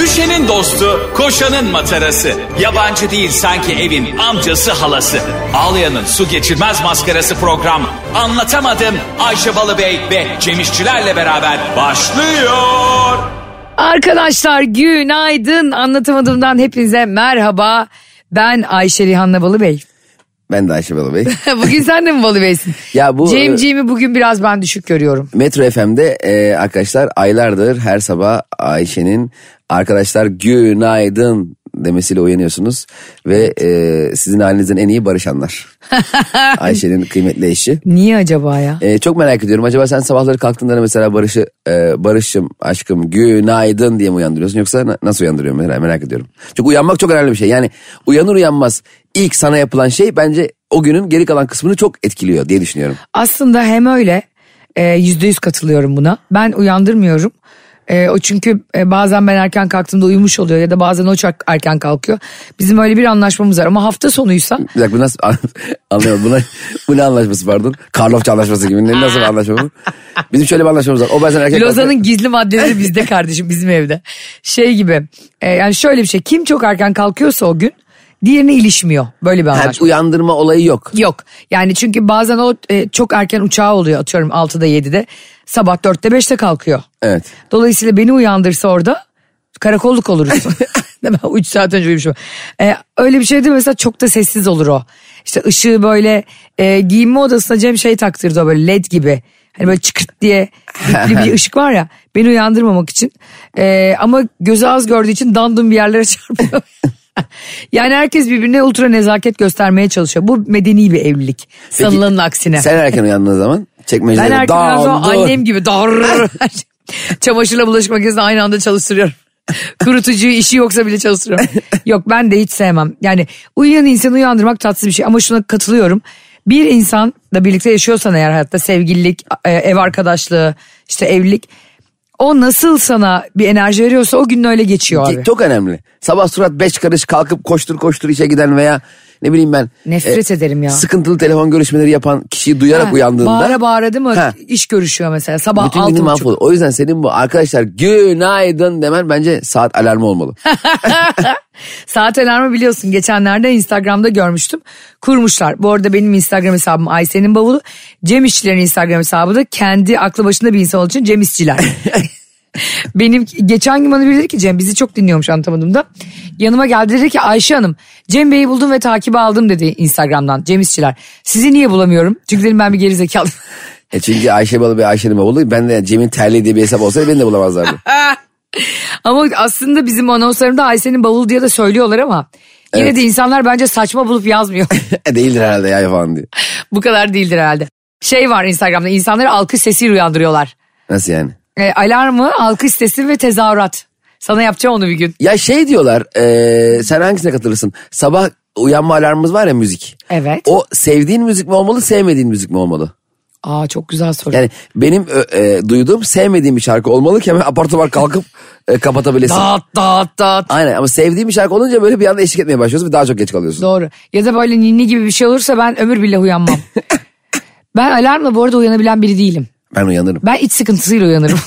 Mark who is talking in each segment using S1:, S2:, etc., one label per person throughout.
S1: Ayşe'nin dostu, koşanın matarası. Yabancı değil sanki evin amcası halası. Ağlayan'ın su geçirmez maskarası program. Anlatamadım Ayşe Balıbey ve Cemişçilerle beraber başlıyor.
S2: Arkadaşlar günaydın. Anlatamadığımdan hepinize merhaba. Ben Ayşe Rihanna Balıbey.
S3: Ben de Ayşe Balı Bey.
S2: bugün sen de mi Balıbey'sin?
S3: Ya bu-
S2: Cemciğimi bugün biraz ben düşük görüyorum.
S3: Metro FM'de e, arkadaşlar aylardır her sabah Ayşe'nin arkadaşlar günaydın demesiyle uyanıyorsunuz. Ve e, sizin halinizden en iyi Barış anlar. Ayşe'nin kıymetli eşi.
S2: Niye acaba ya?
S3: E, çok merak ediyorum. Acaba sen sabahları kalktığında mesela Barış'ı, e, Barış'ım, aşkım günaydın diye mi uyandırıyorsun? Yoksa na- nasıl uyandırıyorum merak, merak ediyorum. Çünkü uyanmak çok önemli bir şey. Yani uyanır uyanmaz ilk sana yapılan şey bence o günün geri kalan kısmını çok etkiliyor diye düşünüyorum.
S2: Aslında hem öyle e, yüzde yüz katılıyorum buna. Ben uyandırmıyorum. E, o çünkü e, bazen ben erken kalktığımda uyumuş oluyor ya da bazen o çok erken kalkıyor. Bizim öyle bir anlaşmamız var ama hafta sonuysa
S3: Bir dakika bu nasıl anlayamadım. Buna, bu ne anlaşması pardon? Karlofça anlaşması gibi. Ne, nasıl bir anlaşma bu? Bizim şöyle bir anlaşmamız var. O bazen erkek kalkıyor.
S2: Lozan'ın gizli maddeleri bizde kardeşim bizim evde. Şey gibi e, yani şöyle bir şey kim çok erken kalkıyorsa o gün diğerine ilişmiyor. Böyle bir
S3: Ha,
S2: anlaşma.
S3: uyandırma olayı yok.
S2: Yok yani çünkü bazen o e, çok erken uçağı oluyor atıyorum 6'da 7'de sabah 4'te 5'te kalkıyor.
S3: Evet.
S2: Dolayısıyla beni uyandırsa orada karakolluk oluruz. ben 3 saat önce uyumuşum. Ee, öyle bir şeydi mesela çok da sessiz olur o. İşte ışığı böyle e, giyinme odasına Cem şey taktırdı o böyle led gibi. Hani böyle çıkırt diye ipli bir ışık var ya beni uyandırmamak için. Ee, ama gözü az gördüğü için dandum bir yerlere çarpıyor. yani herkes birbirine ultra nezaket göstermeye çalışıyor. Bu medeni bir evlilik. Sanılanın aksine.
S3: Sen erken uyandığın zaman çekmecede
S2: Ben erken biraz daha
S3: dağıldı.
S2: annem gibi dar çamaşırla bulaşık makinesini aynı anda çalıştırıyorum. Kurutucuyu işi yoksa bile çalıştırıyorum. Yok ben de hiç sevmem. Yani uyuyan insanı uyandırmak tatsız bir şey ama şuna katılıyorum. Bir insan da birlikte yaşıyorsan eğer hayatta sevgililik, e, ev arkadaşlığı, işte evlilik o nasıl sana bir enerji veriyorsa o gün öyle geçiyor abi.
S3: Çok önemli. Sabah surat beş karış kalkıp koştur koştur işe giden veya ne bileyim ben. e,
S2: Nefret ederim ya.
S3: Sıkıntılı telefon görüşmeleri yapan kişiyi duyarak
S2: Ha,
S3: uyandığında.
S2: Bağıra bağıra değil mi?
S3: Ha.
S2: İş görüşüyor mesela sabah
S3: Bütün
S2: altı
S3: günün
S2: buçuk.
S3: mahvoldu. O yüzden senin bu arkadaşlar günaydın demen bence saat alarmı olmalı.
S2: Saat alarmı biliyorsun geçenlerde Instagram'da görmüştüm. Kurmuşlar. Bu arada benim Instagram hesabım Ayşe'nin bavulu. Cem İşçilerin Instagram hesabı da kendi aklı başında bir insan olduğu için Cem İşçiler. benim geçen gün bana biri dedi ki Cem bizi çok dinliyormuş anlatamadım da. Yanıma geldi dedi ki Ayşe Hanım Cem Bey'i buldum ve takibe aldım dedi Instagram'dan Cem İşçiler. Sizi niye bulamıyorum? Çünkü dedim ben bir gerizekalıyım.
S3: E çünkü Ayşe Balı ve Ayşe'nin babalı. Ben de Cem'in terliği diye bir hesap olsaydı beni de bulamazlardı.
S2: Ama aslında bizim anonslarımda Ayşe'nin bavulu diye de söylüyorlar ama yine
S3: Evet.
S2: de insanlar bence saçma bulup yazmıyor.
S3: E, Değildir herhalde ya falan diye.
S2: Bu kadar değildir herhalde. Şey var Instagram'da insanları alkış sesiyle uyandırıyorlar.
S3: Nasıl yani?
S2: E, alarmı, alkış sesi ve tezahürat. Sana yapacağım onu bir gün.
S3: Ya şey diyorlar e, sen hangisine katılırsın? Sabah uyanma alarmımız var ya müzik.
S2: Evet.
S3: O sevdiğin müzik mi olmalı sevmediğin müzik mi olmalı?
S2: Aa çok güzel soru.
S3: Yani benim ö, e, duyduğum sevmediğim bir şarkı olmalı ki hemen apar topar kalkıp e, kapatabilesin.
S2: Dağıt dağıt dağıt.
S3: Aynen ama sevdiğim bir şarkı olunca böyle bir anda eşlik etmeye başlıyorsun ve daha çok geç kalıyorsun.
S2: Doğru. Ya da böyle ninni gibi bir şey olursa ben ömür bile uyanmam. ben alarmla bu arada uyanabilen biri değilim.
S3: Ben uyanırım.
S2: Ben iç sıkıntısıyla uyanırım.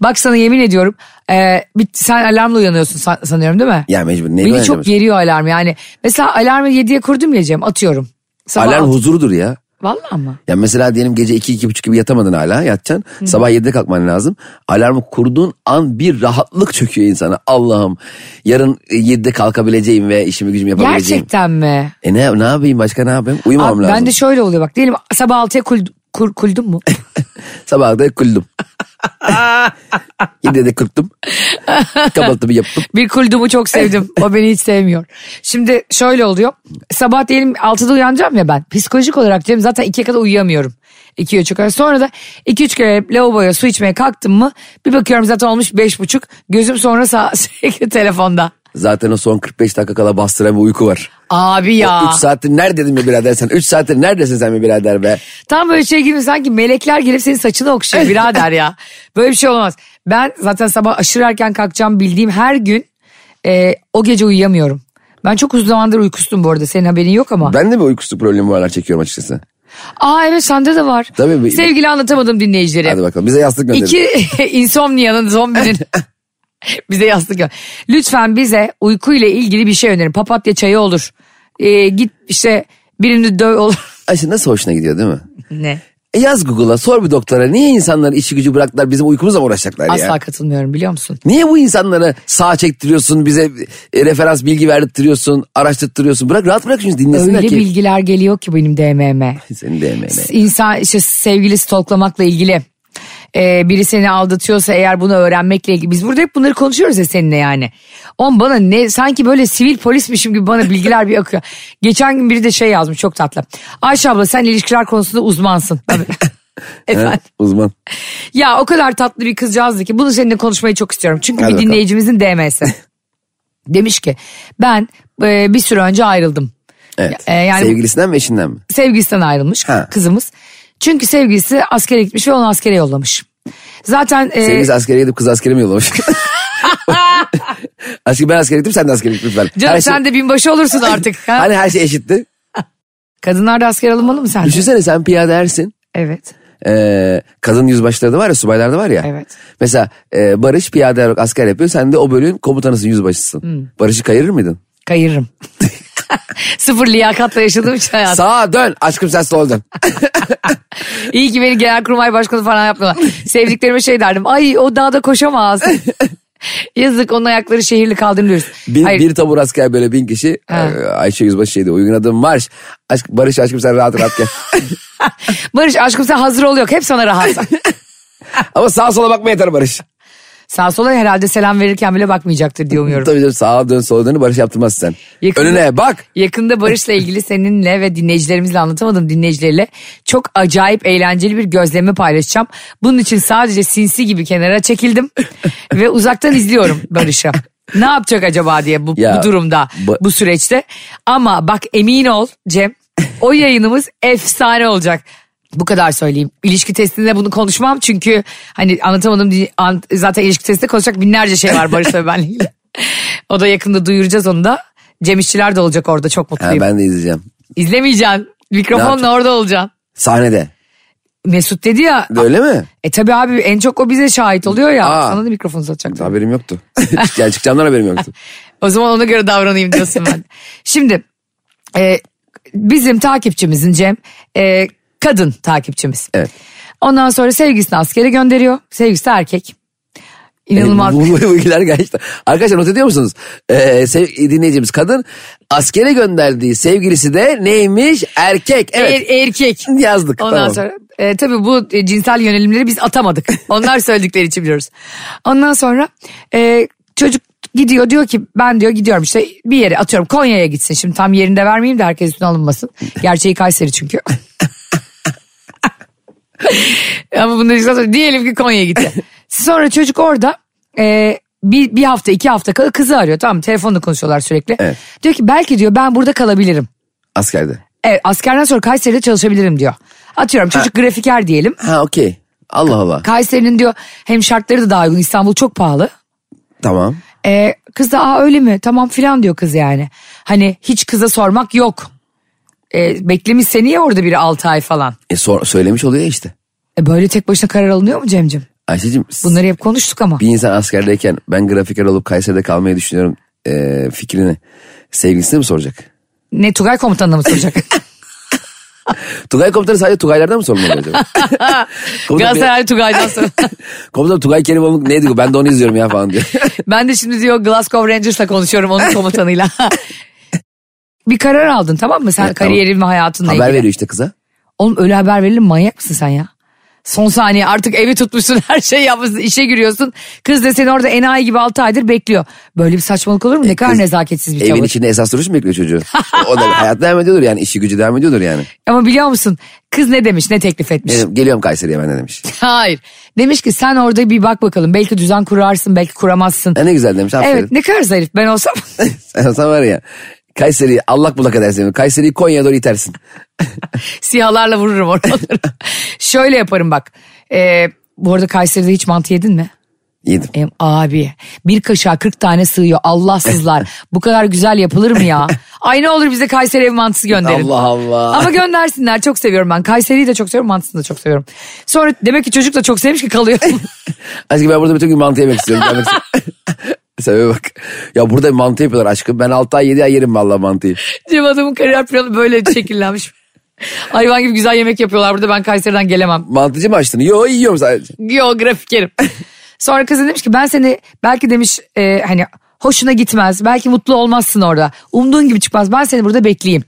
S2: Bak sana yemin ediyorum. e, bir- sen alarmla uyanıyorsun san- sanıyorum değil mi?
S3: Ya mecbur. Neyi
S2: Beni
S3: uyanacağım?
S2: çok geriyor alarm yani. Mesela alarmı 7'ye kurdum ya Cem atıyorum. Sabah
S3: Alarm
S2: altı-
S3: huzurudur ya.
S2: Vallahi mı?
S3: Ya mesela diyelim gece 2 iki buçuk gibi yatamadın hala yatacaksın. Sabah 7'de kalkman lazım. Alarmı kurduğun an bir rahatlık çöküyor insana. Allah'ım yarın e, 7'de kalkabileceğim ve işimi gücümü yapabileceğim.
S2: Gerçekten mi?
S3: E ne, ne yapayım başka ne yapayım? Uyumam
S2: Abi
S3: lazım.
S2: ben de şöyle oluyor bak diyelim sabah 6'ya kul, kur, kuldum mu?
S3: Sabah da kuldum. 7'de de kırptım. Kahvaltımı yaptım.
S2: bir kuldumu çok sevdim. O beni hiç sevmiyor. Şimdi şöyle oluyor. Sabah diyelim 6'da uyanacağım ya ben. Psikolojik olarak Cem zaten 2'ye kadar uyuyamıyorum. 2'ye 3'e kadar. Sonra da 2-3 kere lavaboya su içmeye kalktım mı bir bakıyorum zaten olmuş 5.30. Gözüm sonra sağ, sürekli telefonda.
S3: Zaten o son 45 dakika kala bastıran bir uyku var.
S2: Abi ya.
S3: 3 saattir neredeydin be birader sen? 3 saattir neredesin sen be birader be?
S2: Tam böyle şey gibi sanki melekler gelip senin saçını okşuyor birader ya. Böyle bir şey olamaz. Ben zaten sabah aşırı erken kalkacağım bildiğim her gün e, o gece uyuyamıyorum. Ben çok uzun zamandır uykusuzum bu arada senin haberin yok ama.
S3: Ben de bir uykusuzluk problemi varlar çekiyorum açıkçası.
S2: Aa evet sende de var.
S3: Tabii bu-
S2: Sevgili anlatamadım dinleyicileri.
S3: Hadi bakalım bize yastık gönderin.
S2: İki insomnia'nın zombinin bize yastık yok. Lütfen bize uykuyla ilgili bir şey önerin. Papatya çayı olur. Ee, git işte birini döv olur.
S3: Ayşe nasıl hoşuna gidiyor değil mi?
S2: ne?
S3: E yaz Google'a sor bir doktora niye insanlar işi gücü bıraktılar bizim uykumuzla mı uğraşacaklar ya?
S2: Asla katılmıyorum biliyor musun?
S3: Niye bu insanlara sağ çektiriyorsun, bize e, referans bilgi verdirtiyorsun, araştırtırıyorsun? Bırak rahat bırak şimdi dinlesinler
S2: Öyle
S3: ki.
S2: bilgiler geliyor ki benim DM'me.
S3: Seni de emeğine.
S2: İnsan işte sevgili stalklamakla ilgili. Ee, biri seni aldatıyorsa eğer bunu öğrenmekle ilgili. Biz burada hep bunları konuşuyoruz ya seninle yani. On bana ne sanki böyle sivil polismişim gibi bana bilgiler bir akıyor. Geçen gün biri de şey yazmış çok tatlı. Ayşe abla sen ilişkiler konusunda uzmansın. Tabii. Efendim.
S3: Ha, uzman.
S2: Ya o kadar tatlı bir kızcağızdı ki bunu seninle konuşmayı çok istiyorum. Çünkü
S3: Hadi
S2: bir
S3: bakalım.
S2: dinleyicimizin DM'si. Demiş ki ben e, bir süre önce ayrıldım.
S3: Evet.
S2: E, yani
S3: Sevgilisinden mi eşinden mi?
S2: sevgilisinden ayrılmış
S3: Ha.
S2: kızımız. Çünkü sevgilisi askere gitmiş ve onu askere yollamış. Zaten e,
S3: Sevgilisi askere gidip kız askere mi yollamış? Aşkım ben askere gittim sen de askere git lütfen.
S2: canım
S3: Her şey-
S2: sen de binbaşı olursun artık. ha?
S3: Hani her şey eşitti.
S2: Kadınlar da askere alınmalı mı sen? de?
S3: Düşünsene sen piyadersin.
S2: Evet.
S3: Ee, kadın yüzbaşları da var ya subaylar da var ya.
S2: Evet.
S3: Mesela e, Barış piyade olarak asker yapıyor. Sen de o bölüğün komutanısın yüzbaşısın.
S2: Hmm.
S3: Barış'ı kayırır mıydın?
S2: Kayırırım. Sıfır liyakatla yaşadığım için hayatım.
S3: Sağa dön aşkım sen sola dön.
S2: İyi ki beni genelkurmay başkanı falan yaptılar. Sevdiklerime şey derdim. Ay o dağda koşamaz. Yazık onun ayakları şehirli kaldırılıyoruz.
S3: Bir,
S2: Hayır.
S3: bir tabur asker böyle bin kişi.
S2: Ha.
S3: Ee, Ayşe Yüzbaşı şeydi uygun adım marş. Aşk, Barış aşkım sen rahat rahat gel.
S2: Barış aşkım sen hazır ol yok. Hep sana rahat.
S3: Ama sağa sola bakma yeter Barış.
S2: Sağ sola herhalde selam verirken bile bakmayacaktır diye umuyorum.
S3: Tabii canım sağa dön sola dön Barış yaptırmaz sen.
S2: Yakında-
S3: Önüne bak.
S2: Yakında Barış'la ilgili seninle ve dinleyicilerimizle anlatamadım dinleyicileriyle çok acayip eğlenceli bir gözlemi paylaşacağım. Bunun için sadece sinsi gibi kenara çekildim ve uzaktan izliyorum Barış'ı. Ne yapacak acaba diye bu,
S3: Ya,
S2: bu durumda,
S3: ba-
S2: bu süreçte. Ama bak emin ol Cem, o yayınımız efsane olacak. Bu kadar söyleyeyim. İlişki testinde bunu konuşmam çünkü hani anlatamadım diye- an- zaten ilişki testinde konuşacak binlerce şey var Barış'la ve benle ilgili. O da yakında duyuracağız onu da. Cem İşçiler de olacak orada çok
S3: Ha,
S2: mutluyum.
S3: ben de izleyeceğim.
S2: İzlemeyeceksin.
S3: Ne
S2: Mikrofonla
S3: yapacağım?
S2: orada olacaksın.
S3: Sahnede.
S2: Mesut dedi ya.
S3: Öyle mi?
S2: E tabi abi en çok o bize şahit oluyor ya.
S3: Aa.
S2: Sana da mikrofon satacak.
S3: Haberim yoktu. yani çıkacağımdan haberim yoktu.
S2: O zaman ona göre davranayım diyorsun ben. Şimdi e, bizim takipçimizin Cem e, kadın takipçimiz.
S3: Evet.
S2: Ondan sonra sevgilisini askere gönderiyor. Sevgilisi de erkek. İnanılmaz.
S3: Hani E, Bu, bu bilgiler gerçekten. Arkadaşlar not ediyor musunuz? Ee, sev, dinleyicimiz kadın askere gönderdiği sevgilisi de neymiş? Erkek. Evet.
S2: Er- erkek.
S3: yazdık.
S2: Ondan
S3: tamam.
S2: sonra e, tabii bu e, cinsel yönelimleri biz atamadık. Onlar söyledikleri için biliyoruz. Ondan sonra e, çocuk gidiyor diyor ki ben diyor gidiyorum işte bir yere atıyorum Konya'ya gitsin. Şimdi tam yerinde vermeyeyim de herkes üstüne alınmasın. Gerçeği Kayseri çünkü. Ama bundan sonra diyelim ki Konya'ya gitti. Sonra çocuk orada e, bir, bir hafta iki hafta kalı kızı arıyor tamam mı? Telefonla konuşuyorlar sürekli.
S3: Evet.
S2: Diyor ki belki diyor ben burada kalabilirim.
S3: Askerde.
S2: Evet askerden sonra Kayseri'de çalışabilirim diyor. Atıyorum çocuk grafiker diyelim.
S3: Ha okey. Allah Allah.
S2: Kayseri'nin diyor hem şartları da daha uygun İstanbul çok pahalı.
S3: tamam.
S2: Ee, kız da aa öyle mi tamam filan diyor kız yani. Hani hiç kıza sormak yok. Ee, beklemiş seni ya orada biri 6 ay falan.
S3: E, sor- söylemiş oluyor ya işte.
S2: E, böyle tek başına karar alınıyor mu Cem'cim?
S3: Ayşe'cim s-
S2: Bunları hep konuştuk ama.
S3: bir insan askerdeyken ben grafiker olup Kayseri'de kalmayı düşünüyorum e, fikrini sevgilisine mi soracak?
S2: Ne Tugay komutanına mı soracak?
S3: Tugay komutanı sadece Tugaylardan mı sorulmalı acaba? komutan, bir-
S2: Galatasaray Tugay'dan sonra.
S3: komutan Tugay Kerimoğlu ne diyor? Ben de onu izliyorum ya falan diyor.
S2: ben de şimdi diyor Glasgow Rangers'la konuşuyorum onun komutanıyla. bir karar aldın tamam mı sen
S3: Evet, tamam.
S2: kariyerin ve hayatınla
S3: Haber
S2: ilgili?
S3: veriyor işte kıza.
S2: Oğlum öyle haber verilir mi? manyak mısın sen ya? Son saniye artık evi tutmuşsun her şey yapmışsın işe giriyorsun. Kız da seni orada enayi gibi 6 aydır bekliyor. Böyle bir saçmalık olur mu? Ne kadar
S3: E, Kız
S2: nezaketsiz bir
S3: Evin
S2: tavır.
S3: içinde esas duruş mu bekliyor çocuğu? o da hayat devam ediyordur yani işi gücü devam ediyordur yani.
S2: Ama biliyor musun kız ne demiş ne teklif etmiş?
S3: Dedim, geliyorum Kayseri'ye ben de demiş.
S2: Hayır. Demiş ki sen orada bir bak bakalım belki düzen kurarsın belki kuramazsın.
S3: E ne güzel demiş aferin.
S2: Evet ne kadar zarif ben olsam
S3: Sen sen var ya Kayseri'yi allak bullak edersin. Kayseri'yi Konya'ya doğru itersin.
S2: siyahlarla vururum oraları. Şöyle yaparım bak. Ee, bu arada Kayseri'de hiç mantı yedin mi?
S3: Yedim.
S2: Em abi bir kaşığa 40 tane sığıyor Allahsızlar. Bu kadar güzel yapılır mı ya? Ay ne olur bize Kayseri ev mantısı gönderin.
S3: Allah Allah.
S2: Ama göndersinler çok seviyorum ben. Kayseri'yi de çok seviyorum mantısını da çok seviyorum. Sonra demek ki çocuk da çok sevmiş ki kalıyor.
S3: Aşkım ben burada bütün gün mantı yemek istiyorum. Gelmek istiyorum. Sebebe bak. Ya burada mantı yapıyorlar aşkım. Ben 6 ay 7 ay yerim vallahi mantıyı.
S2: Cem adamın kariyer planı böyle şekillenmiş. Hayvan gibi güzel yemek yapıyorlar burada ben Kayseri'den gelemem.
S3: Mantıcı mı açtın? Yo yiyorum sadece.
S2: Geografik yerim. Sonra kızı demiş ki ben seni belki demiş e, hani hoşuna gitmez. Belki mutlu olmazsın orada. Umduğun gibi çıkmaz. Ben seni burada bekleyeyim.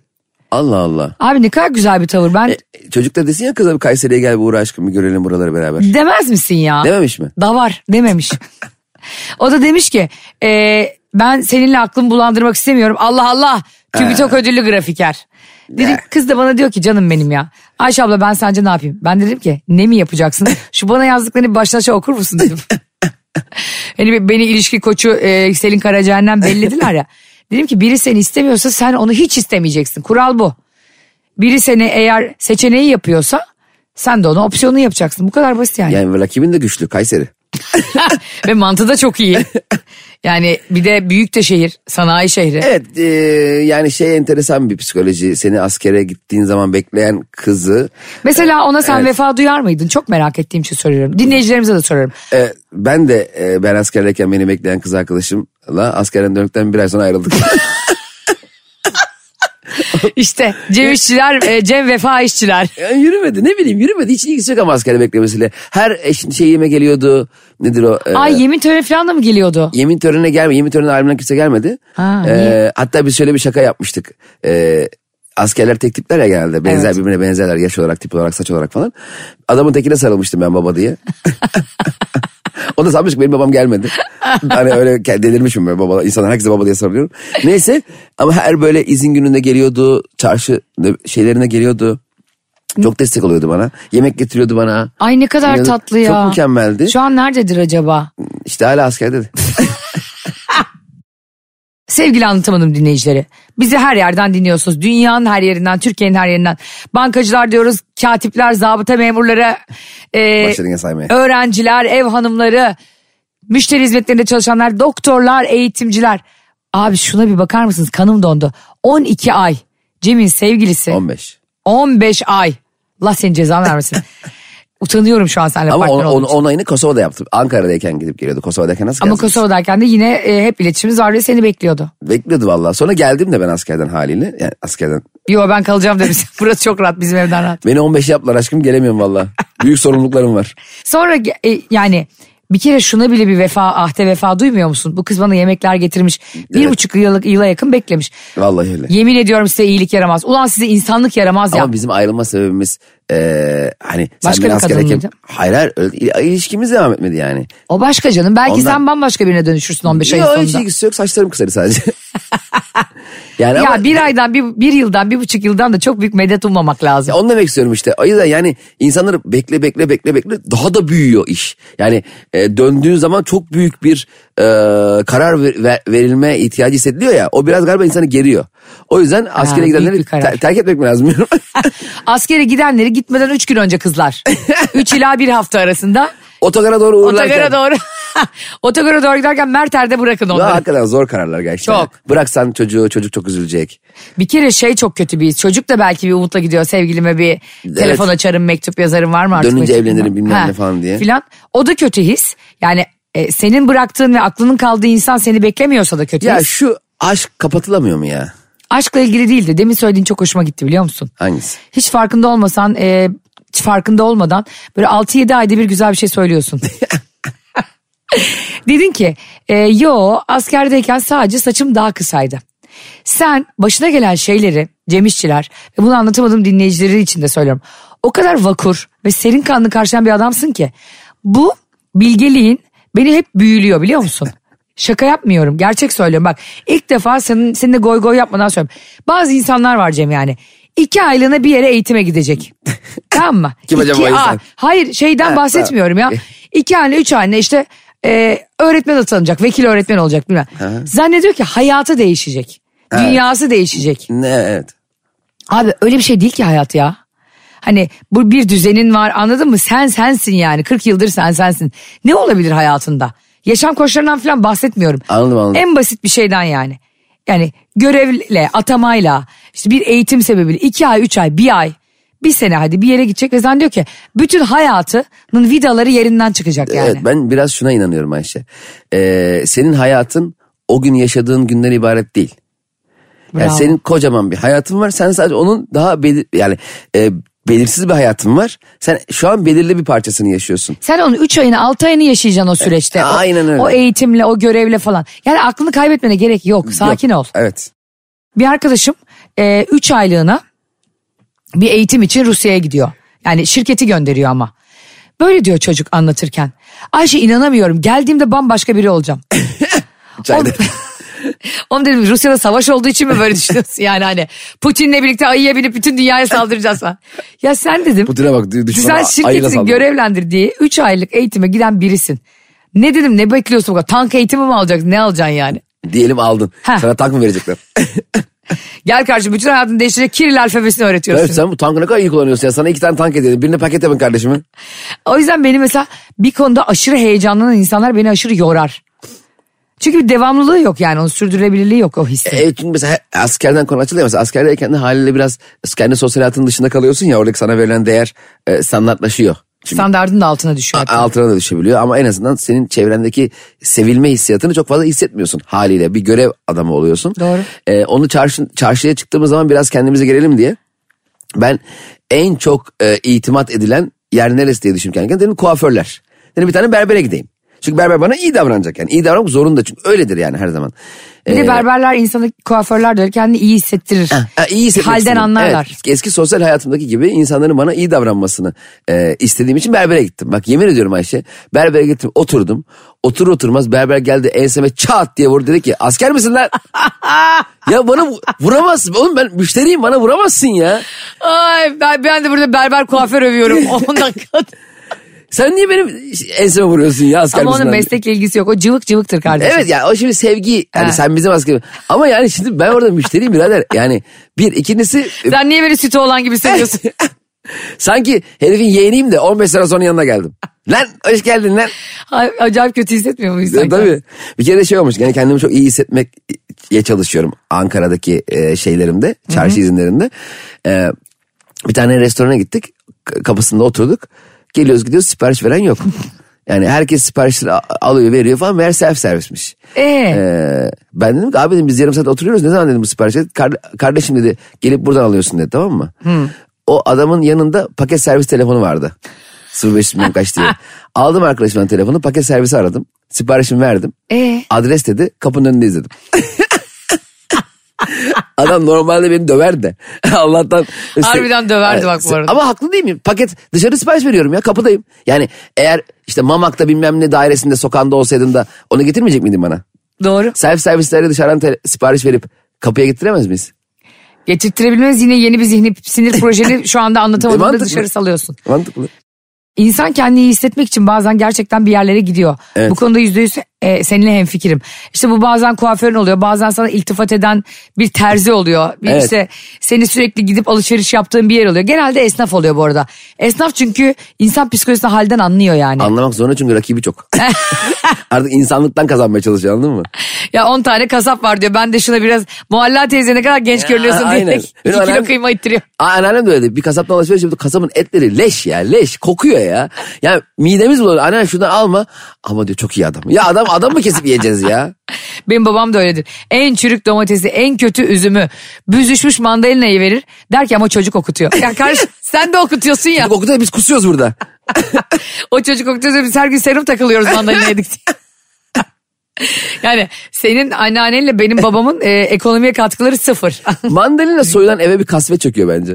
S3: Allah Allah.
S2: Abi ne kadar güzel bir tavır. Ben
S3: E, Çocuk da desin ya kıza bir Kayseri'ye gel bir uğra aşkım bir görelim buraları beraber.
S2: demez misin ya?
S3: Dememiş mi?
S2: Davar dememiş. o da demiş ki e, ben seninle aklımı bulandırmak istemiyorum. Allah Allah TÜBİTAK ödüllü grafiker. Dedi, kız da bana diyor ki canım benim ya. Ayşe abla ben sence ne yapayım? Ben dedim ki ne mi yapacaksın? Şu bana yazdıklarını bir baştan aşağı okur musun dedim. hani be- beni ilişki koçu e, Selin Karacaan'dan bellediler ya. Dedim ki biri seni istemiyorsa sen onu hiç istemeyeceksin. Kural bu. Biri seni eğer seçeneği yapıyorsa sen de ona opsiyonu yapacaksın. Bu kadar basit yani.
S3: Yani rakibin de güçlü Kayseri.
S2: Ve mantı da çok iyi. Yani bir de büyük de şehir, sanayi şehri.
S3: Evet e, yani şey enteresan bir psikoloji. Seni askere gittiğin zaman bekleyen kızı.
S2: Mesela ona sen
S3: Evet.
S2: vefa duyar mıydın? Çok merak ettiğim için soruyorum. Dinleyicilerimize de soruyorum.
S3: E, ben de e, ben askerdeyken beni bekleyen kız arkadaşımla askerden döndükten bir ay sonra ayrıldık.
S2: İşte Cem işçiler, e, Cem vefa işçiler.
S3: Yani yürümedi ne bileyim yürümedi. Hiç ilgisi yok ama askere beklemesiyle. Her eş- şey yeme geliyordu. Nedir o? E,
S2: Ay yemin töreni falan da mı geliyordu?
S3: Yemin törenine gelme. Yemin törenine albümden kimse gelmedi.
S2: Ha,
S3: Ee,
S2: niye?
S3: hatta biz şöyle bir şaka yapmıştık. Ee, askerler tek tipler ya genelde. Benzer
S2: Evet.
S3: birbirine benzerler. Yaş olarak, tip olarak, saç olarak falan. Adamın tekine sarılmıştım ben baba diye. o da sanmış ki benim babam gelmedi. hani öyle ke- delirmişim böyle baba. İnsanlar herkese baba diye sarılıyorum. Neyse ama her böyle izin gününde geliyordu. Çarşı nö- şeylerine geliyordu. Çok destek oluyordu bana. Yemek getiriyordu bana.
S2: Ay ne kadar
S3: Geliyordu.
S2: tatlı ya.
S3: Çok mükemmeldi.
S2: Şu an nerededir acaba?
S3: İşte hala askerde. de.
S2: Sevgili anlatamadım dinleyicileri. Bizi her yerden dinliyorsunuz. Dünyanın her yerinden, Türkiye'nin her yerinden. Bankacılar diyoruz, katipler, zabıta memurları. e,
S3: Başladın ya saymaya.
S2: öğrenciler, ev hanımları, müşteri hizmetlerinde çalışanlar, doktorlar, eğitimciler. Abi şuna bir bakar mısınız? Kanım dondu. 12 ay. Cem'in sevgilisi.
S3: 15.
S2: 15 ay. Allah senin cezanı vermesin. Utanıyorum şu an seninle
S3: Ama
S2: partner
S3: on, on,
S2: olduğum için.
S3: onayını Kosova'da yaptım. Ankara'dayken gidip geliyordu. Kosova'dayken nasıl
S2: Ama
S3: gelsin?
S2: Kosova'dayken de yine e, hep iletişimimiz var ve seni bekliyordu.
S3: Bekliyordu valla. Sonra geldim de ben askerden haliyle. Yani askerden.
S2: Yo ben kalacağım demiş. Burası çok rahat bizim evden rahat.
S3: Beni 15 yaptılar aşkım gelemiyorum valla. Büyük sorumluluklarım var.
S2: Sonra ge- e, yani bir kere şuna bile bir vefa ahde vefa duymuyor musun? Bu kız bana yemekler getirmiş. Bir
S3: Evet.
S2: buçuk yıllık, yıla yakın beklemiş.
S3: Vallahi öyle.
S2: Yemin ediyorum size iyilik yaramaz. Ulan size insanlık yaramaz ya.
S3: Ama bizim ayrılma sebebimiz eee, hani sen
S2: Başka
S3: beni
S2: bir kadın
S3: askerdeyken...
S2: mıydı?
S3: Hayır hayır öyle- il- ilişkimiz devam etmedi yani.
S2: O başka canım. Belki
S3: Ondan-
S2: sen bambaşka birine dönüşürsün 15 ayın
S3: Yok
S2: sonunda.
S3: hiç ilgisi yok saçlarım kısadı sadece. yani
S2: Ya
S3: ama-
S2: bir aydan, bir, bir yıldan, bir buçuk yıldan da çok büyük medet ummamak lazım.
S3: Ya Onu demek istiyorum işte. O yüzden yani insanlar bekle bekle bekle bekle daha da büyüyor iş. Yani e, döndüğün zaman çok büyük bir e, karar ver- ver- verilme ihtiyacı hissediliyor ya. O biraz galiba insanı geriyor. O yüzden askere
S2: büyük
S3: gidenleri
S2: bir karar.
S3: ter- terk etmek mi lazım bilmiyorum.
S2: Askere gidenleri gitmeden 3 gün önce kızlar. 3 ila 1 hafta arasında.
S3: Otogara doğru uğurlarken.
S2: Otogara doğru. Otogara doğru giderken Merter'de bırakın
S3: Ya
S2: onları.
S3: hakikaten zor kararlar gerçekten.
S2: Çok.
S3: Bıraksan çocuğu çocuk çok üzülecek.
S2: Bir kere şey çok kötü bir Çocuk da belki bir umutla gidiyor. Sevgilime bir telefon açarım, mektup yazarım var mı artık?
S3: Dönünce
S2: mektubum
S3: evlenirim
S2: var?
S3: bilmem ne falan diye.
S2: Filan. O da kötü his. Yani e, senin bıraktığın ve aklının kaldığı insan seni beklemiyorsa da kötü
S3: Ya
S2: his.
S3: şu aşk kapatılamıyor mu ya?
S2: Aşkla ilgili değildi. Demin söylediğin çok hoşuma gitti biliyor musun?
S3: Hangisi?
S2: Hiç farkında olmasan, e, hiç farkında olmadan böyle 6-7 ayda bir güzel bir şey söylüyorsun. Dedin ki, e, yo askerdeyken sadece saçım daha kısaydı. Sen başına gelen şeyleri Cem İşçiler ve bunu anlatamadığım dinleyicileri için de söylüyorum. O kadar vakur ve serin kanlı karşılayan bir adamsın ki bu bilgeliğin beni hep büyülüyor biliyor musun? Şaka yapmıyorum. Gerçek söylüyorum. Bak ilk defa senin, seninle goy goy yapmadan söylüyorum. Bazı insanlar var Cem yani. İki aylığına bir yere eğitime gidecek. tamam mı?
S3: Kim acaba
S2: İki
S3: o insan?
S2: ay- Hayır şeyden
S3: Ha,
S2: bahsetmiyorum ya.
S3: tamam.
S2: İki anne üç anne işte e, öğretmen atanacak vekil öğretmen olacak bilmem. Zannediyor ki hayatı değişecek. Dünyası değişecek.
S3: Ne evet.
S2: Abi öyle bir şey değil ki hayat ya. Hani bu bir düzenin var anladın mı? Sen sensin yani 40 yıldır sen sensin. Ne olabilir hayatında? Yaşam koşullarından falan bahsetmiyorum.
S3: Anladım, anladım.
S2: En basit bir şeyden yani. Yani görevle, atamayla, işte bir eğitim sebebiyle iki ay, üç ay, bir ay. Bir sene hadi bir yere gidecek ve zannediyor ki bütün hayatının vidaları yerinden çıkacak yani.
S3: Evet ben biraz şuna inanıyorum Ayşe. Ee, senin hayatın o gün yaşadığın günden ibaret değil. Yani
S2: Bravo.
S3: senin kocaman bir hayatın var. Sen sadece onun daha belir yani e, belirsiz bir hayatın var. Sen şu an belirli bir parçasını yaşıyorsun.
S2: Sen onun 3 ayını 6 ayını yaşayacaksın o süreçte.
S3: E,
S2: O-
S3: aynen öyle.
S2: O eğitimle o görevle falan. Yani aklını kaybetmene gerek yok sakin
S3: Yok.
S2: ol.
S3: Evet.
S2: Bir arkadaşım 3 aylığına bir eğitim için Rusya'ya gidiyor. Yani şirketi gönderiyor ama. Böyle diyor çocuk anlatırken. Ayşe inanamıyorum geldiğimde bambaşka biri olacağım.
S3: Çayda.
S2: Oğlum dedim Rusya'da savaş olduğu için mi böyle düşünüyorsun? Yani hani Putin'le birlikte ayıya binip bütün dünyaya saldıracağız falan. Ya sen dedim.
S3: Putin'e bak, dü- düşmana
S2: Sen
S3: ayıyla
S2: şirketini
S3: saldırdı.
S2: görevlendirdiği 3 aylık eğitime giden birisin. Ne dedim ne bekliyorsun? bu kadar? Tank eğitimi mi alacaksın? Ne alacaksın yani?
S3: Diyelim aldın.
S2: Heh.
S3: Sana tank mı verecekler?
S2: Gel karşı bütün hayatını değiştirecek Kiril alfabesini öğretiyorsun.
S3: evet sen bu tankı ne kadar iyi kullanıyorsun ya. Sana iki tane tank hediye edeyim. Birini paket yapın kardeşimi.
S2: O yüzden beni mesela bir konuda aşırı heyecanlanan insanlar beni aşırı yorar. Çünkü bir devamlılığı yok yani onun sürdürülebilirliği yok o hissi.
S3: Evet E, çünkü mesela he- askerden konu açılıyor. Mesela askerdeyken de haliyle biraz kendi sosyal hayatının dışında kalıyorsun ya. Oradaki sana verilen değer e, standartlaşıyor. Şimdi
S2: Standardın da altına düşüyor. hep.
S3: altına da düşebiliyor ama en azından senin çevrendeki sevilme hissiyatını çok fazla hissetmiyorsun haliyle. Bir görev adamı oluyorsun.
S2: Doğru.
S3: Ee, onu çarşı, çarşıya çıktığımız zaman biraz kendimize gelelim diye. Ben en çok e, itimat edilen yer neresi diye düşünürken dedim kuaförler. Dedim bir tane berbere gideyim. Çünkü berber bana iyi davranacak yani. iyi davranmak zorunda çünkü öyledir yani her zaman.
S2: Bir de
S3: Ee,
S2: berberler insanı kuaförler de öyle kendini iyi hissettirir.
S3: Ha, iyi hissetmek
S2: Halden
S3: istedim.
S2: anlarlar.
S3: Evet, eski sosyal hayatımdaki gibi insanların bana iyi davranmasını e, istediğim için berbere gittim. Bak yemin ediyorum Ayşe. Berbere gittim oturdum. Otur oturmaz berber geldi enseme çat diye vurdu dedi ki asker misin lan? ya bana vu- vuramazsın. Oğlum ben müşteriyim bana vuramazsın ya.
S2: Ay ben, ben de burada berber kuaför övüyorum 10 dakika.
S3: Sen niye benim enseme vuruyorsun ya asker
S2: Ama
S3: misin
S2: onun
S3: lan?
S2: meslekle ilgisi yok. O cıvık cıvıktır kardeşim.
S3: Evet yani o şimdi sevgi yani
S2: Ha.
S3: sen bizim asker ama yani şimdi ben orada müşteriyim birader yani bir ikincisi
S2: Sen niye beni sütü olan gibi hissediyorsun?
S3: sanki herifin yeğeniyim de 15 sene sonra yanına geldim. Lan hoş geldin lan.
S2: Ay, acayip kötü hissetmiyor mu insan?
S3: Ya E, Tabii. Bir kere şey olmuş. Yani kendimi çok iyi hissetmekye çalışıyorum Ankara'daki e, şeylerimde, çarşı izinlerimde. E, bir tane restorana gittik. K- Kapısında oturduk. Geliyoruz gidiyoruz sipariş veren yok. Yani herkes siparişleri a- alıyor veriyor falan. Meğer self servismiş. E,
S2: Ee?
S3: ben dedim ki abi dedim, biz yarım saat oturuyoruz. Ne zaman dedim bu siparişi? Kar- kardeşim dedi gelip buradan alıyorsun dedi tamam mı? O adamın yanında paket servis telefonu vardı. 05 milyon kaç diye. Aldım arkadaşımdan telefonu paket servisi aradım. Siparişimi verdim.
S2: Ee?
S3: Adres dedi kapının önünde izledim. Adam normalde beni döver de. Allah'tan.
S2: Harbiden döverdi bak bu arada.
S3: Ama haklı değil miyim? Paket dışarı sipariş veriyorum ya kapıdayım. Yani eğer işte Mamak'ta bilmem ne dairesinde sokağında olsaydım da onu getirmeyecek miydin bana?
S2: Doğru.
S3: Self servislere dışarıdan te- sipariş verip kapıya getiremez miyiz?
S2: Getirttirebilmeniz yine yeni bir zihni sinir projeni şu anda anlatamadığında
S3: E, Mantıklı.
S2: dışarı salıyorsun.
S3: Mantıklı.
S2: Eh. İnsan kendini iyi hissetmek için bazen gerçekten bir yerlere gidiyor.
S3: Evet.
S2: Bu konuda yüzde yüz e, seninle hemfikirim. İşte bu bazen kuaförün oluyor. Bazen sana iltifat eden bir terzi oluyor. Bir
S3: Evet.
S2: işte seni sürekli gidip alışveriş yaptığın bir yer oluyor. Genelde esnaf oluyor bu arada. Esnaf çünkü insan psikolojisini halden anlıyor yani.
S3: Anlamak zorunda çünkü rakibi çok. Artık insanlıktan kazanmaya çalışıyor anladın mı?
S2: ya 10 tane kasap var diyor. Ben de şuna biraz muhalla teyze ne kadar genç görünüyorsun
S3: aynen.
S2: diyerek 2
S3: Benim
S2: kilo
S3: annem-
S2: kıyma ittiriyor.
S3: Aa, anneannem de öyle. Bir kasaptan alışveriş yaptı. Kasabın etleri leş ya leş kokuyor ya. Yani midemiz bulanıyor. Anneanne şuradan alma. Ama diyor çok iyi adam. Ya adam adam mı kesip yiyeceğiz ya?
S2: Benim babam da öyledir. En çürük domatesi, en kötü üzümü, büzüşmüş mandalinayı verir. Der ki ama çocuk okutuyor. Ya kardeş sen de okutuyorsun ya.
S3: Bu kokuda da biz kusuyoruz burada.
S2: O çocuk okutuyorsa biz her gün serum takılıyoruz mandalina yedik diye. Yani senin anneannenle benim babamın e, ekonomiye katkıları sıfır.
S3: Mandalina soyulan eve bir kasvet çöküyor bence.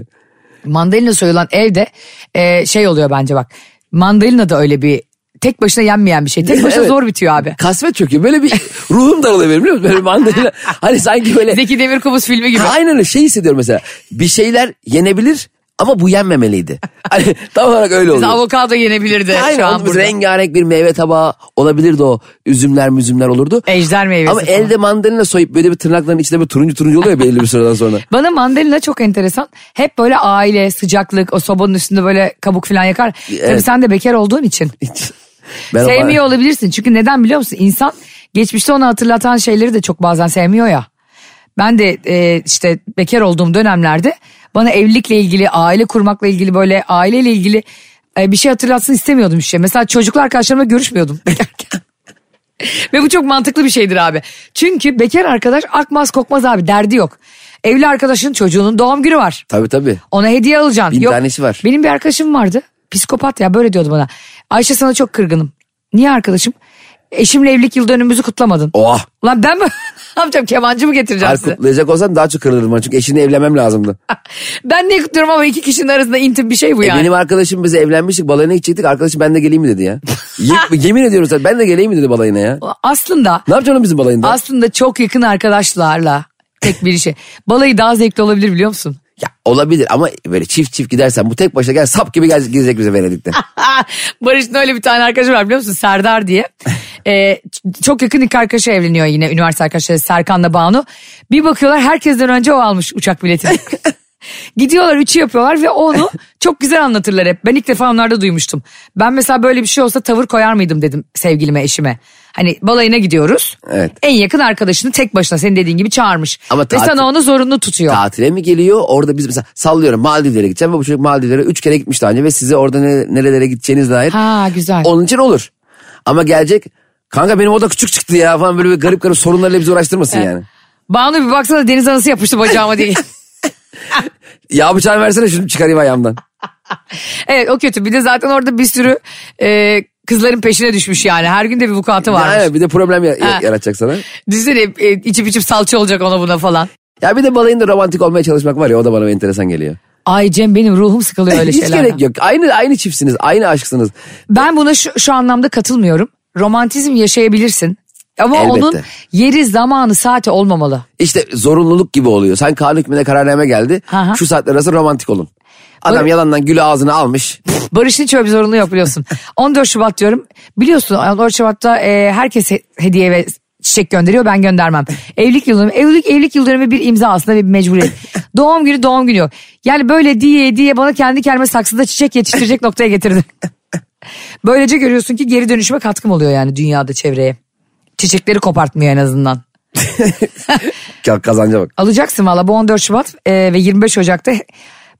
S2: mandalina soyulan evde e, şey oluyor bence bak. Mandalina da öyle bir tek başına yenmeyen bir şey. Tek başına
S3: Evet.
S2: zor bitiyor abi.
S3: Kasvet çöküyor. Böyle bir ruhum daralıyor benim biliyor musun? Böyle mandalina. Hani sanki böyle
S2: Zeki Demirkubuz filmi gibi.
S3: Aynen öyle şey hissediyorum mesela. Bir şeyler yenebilir ama bu yenmemeliydi. Hani tam olarak öyle
S2: Biz
S3: oluyor.
S2: avokado yenebilirdi şu
S3: Aynen
S2: an
S3: onun biz
S2: burada.
S3: rengarenk bir meyve tabağı olabilirdi o. Üzümler müzümler olurdu.
S2: Ejder meyvesi
S3: Ama
S2: falan.
S3: elde mandalina soyup böyle bir tırnakların içinde böyle turuncu turuncu oluyor ya belirli bir süreden sonra.
S2: Bana mandalina çok enteresan. Hep böyle aile, sıcaklık, o sobanın üstünde böyle kabuk falan yakar. Tabii
S3: Evet.
S2: sen de bekar olduğun için.
S3: Ben o-
S2: sevmiyor olabilirsin. Çünkü neden biliyor musun? İnsan geçmişte ona hatırlatan şeyleri de çok bazen sevmiyor ya. Ben de e, işte bekar olduğum dönemlerde bana evlilikle ilgili, aile kurmakla ilgili böyle aileyle ilgili e, bir şey hatırlatsın istemiyordum işte. Mesela çocuklu arkadaşlarımla görüşmüyordum bekarken. Ve bu çok mantıklı bir şeydir abi. Çünkü bekar arkadaş akmaz kokmaz abi derdi yok. Evli arkadaşın çocuğunun doğum günü var.
S3: Tabii tabii.
S2: Ona hediye alacaksın.
S3: Bin tanesi var.
S2: Benim bir arkadaşım vardı. Psikopat ya böyle diyordu bana. Ayşe sana çok kırgınım. Niye arkadaşım? Eşimle evlilik yıl dönümümüzü kutlamadın.
S3: Oha.
S2: Lan ben mi? ne yapacağım kemancı mı getireceğim
S3: Her
S2: size?
S3: kutlayacak olsam daha çok kırılırım. ona. Çünkü eşini evlenmem lazımdı.
S2: ben niye kutluyorum ama iki kişinin arasında intim bir şey bu
S3: E,
S2: yani.
S3: benim arkadaşım biz evlenmiştik balayına gidecektik. Arkadaşım ben de geleyim mi dedi ya. Ye- yemin ediyorum sana ben de geleyim mi dedi balayına ya.
S2: Aslında
S3: Ne yapacaksın oğlum bizim balayında?
S2: aslında çok yakın arkadaşlarla tek bir şey. Balayı daha zevkli olabilir biliyor musun?
S3: ya olabilir ama böyle çift çift gidersen bu tek başına gel sap gibi gel, gidecek bize Venedik'te.
S2: Ah, Barış'ın öyle bir tane arkadaşı var biliyor musun? Serdar diye. Ee, ç- çok yakın iki arkadaşı evleniyor yine üniversite arkadaşları Serkan'la Banu. Bir bakıyorlar herkesten önce o almış uçak biletini. Gidiyorlar üçü yapıyorlar ve onu çok güzel anlatırlar hep. Ben ilk defa onlarda duymuştum. Ben mesela böyle bir şey olsa tavır koyar mıydım dedim sevgilime eşime. Hani balayına gidiyoruz.
S3: Evet.
S2: En yakın arkadaşını tek başına senin dediğin gibi çağırmış.
S3: Ama
S2: ve
S3: tatil-
S2: sana onu zorunlu tutuyor.
S3: Tatile mi geliyor orada biz mesela sallıyorum Maldivlere gideceğim ve bu çocuk Maldivlere 3 kere gitmiş daha önce ve size orada ne- nerelere gideceğiniz dair.
S2: Ha, güzel.
S3: Onun için olur. Ama gelecek kanka benim oda küçük çıktı ya falan böyle bir garip garip sorunlarla bizi uğraştırmasın yani.
S2: Banu bir baksana deniz anası yapıştı bacağıma diye.
S3: Ya bıçağını versene şunu çıkarayım ayağımdan.
S2: Evet o kötü. Bir de zaten orada bir sürü e, kızların peşine düşmüş yani. Her gün de bir vukuatı varmış.
S3: Ya, bir de problem ya- ya-
S2: Ha.
S3: yaratacak sana.
S2: Düşünsene e, içip içip salça olacak ona buna falan.
S3: Ya bir de balayında romantik olmaya çalışmak var ya o da bana enteresan geliyor.
S2: Ay Cem benim ruhum sıkılıyor öyle
S3: Hiç
S2: şeylerden.
S3: gerek yok. Aynı aynı çiftsiniz, aynı aşksınız.
S2: Ben buna şu, şu anlamda katılmıyorum. Romantizm yaşayabilirsin. Ama
S3: Elbette.
S2: onun yeri, zamanı, saati olmamalı.
S3: İşte zorunluluk gibi oluyor. Sen kanun hükmüne kararname geldi.
S2: Hı hı.
S3: Şu saatler arası romantik olun. Adam
S2: Böyle-
S3: yalandan gülü ağzına almış.
S2: Barış'ın hiç öyle bir zorunlu yok biliyorsun. 14 Şubat diyorum. Biliyorsun 14 Şubat'ta e, herkes he- hediye ve çiçek gönderiyor ben göndermem. Evlilik yıldönümü, evlilik, evlilik yıldönümü bir imza aslında ve bir mecburiyet. doğum günü doğum günü yok. Yani böyle diye diye bana kendi kendime saksıda çiçek yetiştirecek noktaya getirdi. Böylece görüyorsun ki geri dönüşüme katkım oluyor yani dünyada çevreye. Çiçekleri kopartmıyor en azından.
S3: Ka- Kazanca bak.
S2: Alacaksın valla bu 14 Şubat e, ve 25 Ocak'ta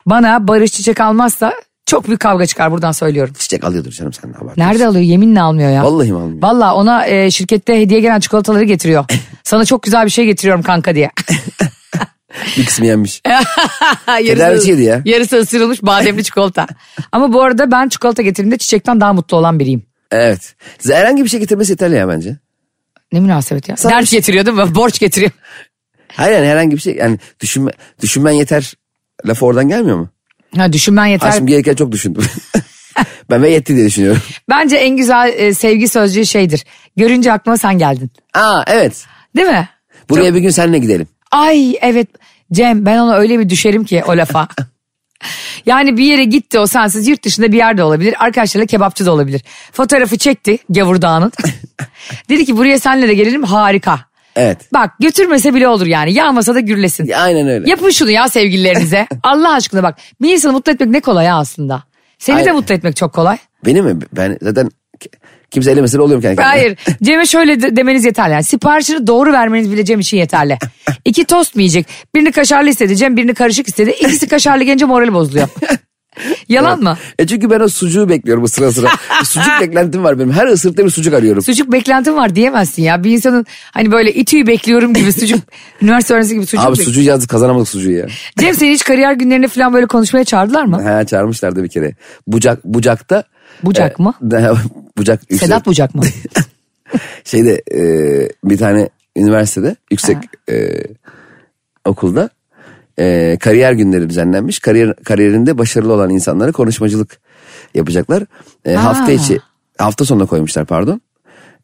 S2: bana Barış çiçek almazsa çok büyük kavga çıkar buradan söylüyorum.
S3: Çiçek alıyordur canım sen. Abartıyorsun.
S2: Nerede alıyor? Yeminle almıyor ya.
S3: Vallahi mi almıyor?
S2: Vallahi ona e, şirkette hediye gelen çikolataları getiriyor. Sana çok güzel bir şey getiriyorum kanka diye.
S3: Bir kısmı yenmiş.
S2: E- yarısı,
S3: Tedarikçiydi ya.
S2: yarısı ısırılmış bademli çikolata. Ama bu arada ben çikolata getirdiğimde çiçekten daha mutlu olan biriyim.
S3: evet. Size herhangi bir şey getirmesi yeterli ya bence.
S2: Ne münasebet ya.
S3: Sana bir şey-
S2: Dert getiriyor değil mi? Borç getiriyor.
S3: Hayır yani herhangi bir şey. Yani düşünme, düşünmen yeter. Lafı oradan gelmiyor mu?
S2: Ha, düşünmen yeter.
S3: Aşkım gelirken çok düşündüm. ben ve yetti diye düşünüyorum.
S2: Bence en güzel e, sevgi sözcüğü şeydir. Görünce aklıma sen geldin.
S3: Aa evet.
S2: Değil mi?
S3: Buraya bir gün seninle gidelim.
S2: Ay evet Cem ben ona öyle bir düşerim ki o lafa. Yani bir yere gitti o sensiz yurt dışında bir yerde olabilir. Arkadaşlarıyla kebapçı da olabilir. Fotoğrafı çekti Gavur Dağı'nın. Dedi ki buraya senle de gelelim harika.
S3: Evet.
S2: Bak götürmese bile olur yani yağmasa da gürlesin.
S3: Aynen öyle.
S2: Yapın şunu ya sevgililerinize. Allah aşkına bak bir insanı mutlu etmek ne kolay ya aslında. Seni de
S3: Hayır.
S2: mutlu etmek çok kolay.
S3: Beni mi? Ben zaten ki- kimse elemesin oluyorum kendi kendime.
S2: Hayır. Cem'e şöyle de- demeniz yeterli. Yani siparişini doğru vermeniz bile Cem için yeterli. İki tost mu yiyecek? Birini kaşarlı istedi Cem, birini karışık istedi. İkisi kaşarlı gelince morali bozuluyor. Yalan mı?
S3: E çünkü ben o sucuğu bekliyorum sıra sıra. sucuk beklentim var benim. Her ısırıkta bir sucuk arıyorum.
S2: Sucuk beklentim var diyemezsin ya. Bir insanın hani böyle itüyü bekliyorum gibi sucuk, üniversite öğrencisi gibi sucuk.
S3: Abi
S2: bek-
S3: sucuğu yazdık kazanamadık sucuğu ya.
S2: Cem seni hiç kariyer günlerine falan böyle konuşmaya çağırdılar mı?
S3: He çağırmışlardı bir kere. Bucak, bucakta.
S2: Bucak mı?
S3: de- bucak. Yüksek,
S2: Sedat Bucak mı?
S3: Şeyde e, bir tane üniversitede yüksek e, okulda e, kariyer günleri düzenlenmiş. Kariyer, kariyerinde başarılı olan insanlara konuşmacılık yapacaklar. E,
S2: Aa.
S3: hafta içi hafta sonuna koymuşlar pardon.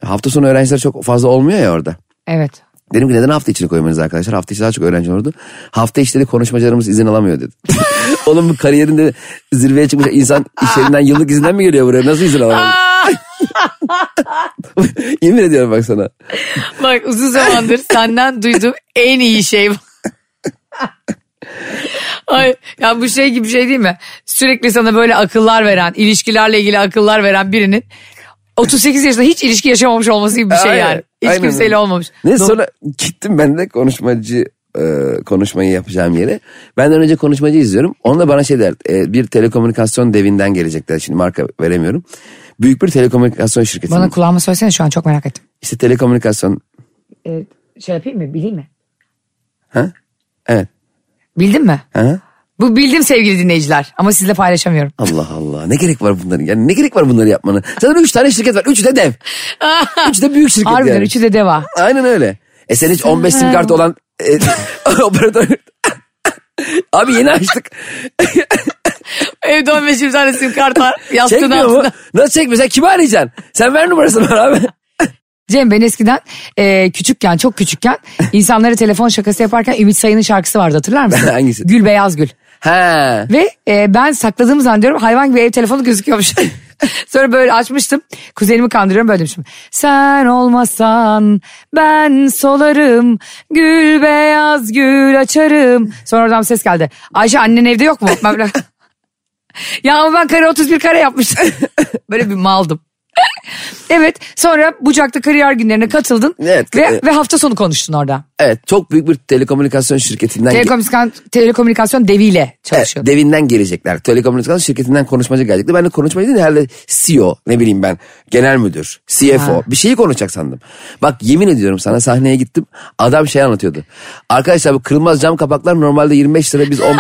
S3: Hafta sonu öğrenciler çok fazla olmuyor ya orada.
S2: Evet.
S3: Dedim ki neden hafta içini koymanız arkadaşlar? Hafta içi daha çok öğrenci olurdu. Hafta içleri konuşmacılarımız izin alamıyor dedi. Oğlum bu kariyerinde zirveye çıkmış insan iş yerinden yıllık izinden mi geliyor buraya? Nasıl izin alamıyor? Yemin ediyorum bak sana.
S2: Bak uzun zamandır senden duyduğum en iyi şey bu. Ay ya bu şey gibi bir şey değil mi? Sürekli sana böyle akıllar veren, ilişkilerle ilgili akıllar veren birinin 38 yaşında hiç ilişki yaşamamış olması gibi bir şey
S3: Aynen,
S2: yani. Hiç
S3: aynen
S2: kimseyle
S3: öyle.
S2: olmamış.
S3: Ne
S2: Do-
S3: sonra gittim ben de konuşmacı e, konuşmayı yapacağım yere. Benden önce konuşmacı izliyorum. Onunla bana şey der. e, bir telekomünikasyon devinden gelecekler. Şimdi marka veremiyorum. Büyük bir telekomünikasyon şirketi.
S2: Bana kulağıma söylesene şu an çok merak ettim.
S3: İşte telekomünikasyon.
S2: şey yapayım mı bileyim mi?
S3: Ha? Evet.
S2: Bildin mi?
S3: Ha?
S2: Bu bildim sevgili dinleyiciler ama sizle paylaşamıyorum.
S3: Allah Allah. Ne gerek var bunların? Yani ne gerek var bunları yapmanın? Zaten üç tane şirket var. Üçü de dev. Üçü de büyük şirket
S2: Harbiden
S3: yani.
S2: üçü de deva.
S3: Aynen öyle. E sen hiç 15 sim kart olan e, operatör... Abi yeni açtık.
S2: Evde 15 bin tane sim kart var yastığın
S3: Çekmiyor mu?
S2: altında.
S3: Nasıl çekmiyor? Sen kimi arayacaksın? Sen ver numarasını bana abi.
S2: Cem ben eskiden e, küçükken çok küçükken insanlara telefon şakası yaparken Ümit Sayın'ın şarkısı vardı hatırlar mısın?
S3: Hangisi?
S2: Gül Beyaz Gül.
S3: He.
S2: Ve e, ben sakladığımı zannediyorum hayvan gibi ev telefonu gözüküyormuş. Sonra böyle açmıştım. Kuzenimi kandırıyorum böyle demiştim. Sen olmasan ben solarım. Gül beyaz gül açarım. Sonra oradan bir ses geldi. Ayşe annen evde yok mu? Ben böyle... ya ama ben kare 31 kare yapmıştım. böyle bir maldım. evet sonra Bucak'ta kariyer günlerine katıldın.
S3: Evet,
S2: ve,
S3: e-
S2: ve hafta sonu konuştun orada.
S3: Evet çok büyük bir telekomünikasyon şirketinden... ge-
S2: Telekomünikasyon, telekomünikasyon deviyle
S3: Evet,
S2: çalışıyordun.
S3: devinden gelecekler. Telekomünikasyon şirketinden konuşmacı gelecekti. Ben de konuşmacı değil herhalde CEO ne bileyim ben genel müdür, CFO
S2: Ha.
S3: bir şeyi konuşacak sandım. Bak yemin ediyorum sana sahneye gittim adam şey anlatıyordu. Arkadaşlar bu kırılmaz cam kapaklar normalde 25 lira biz 15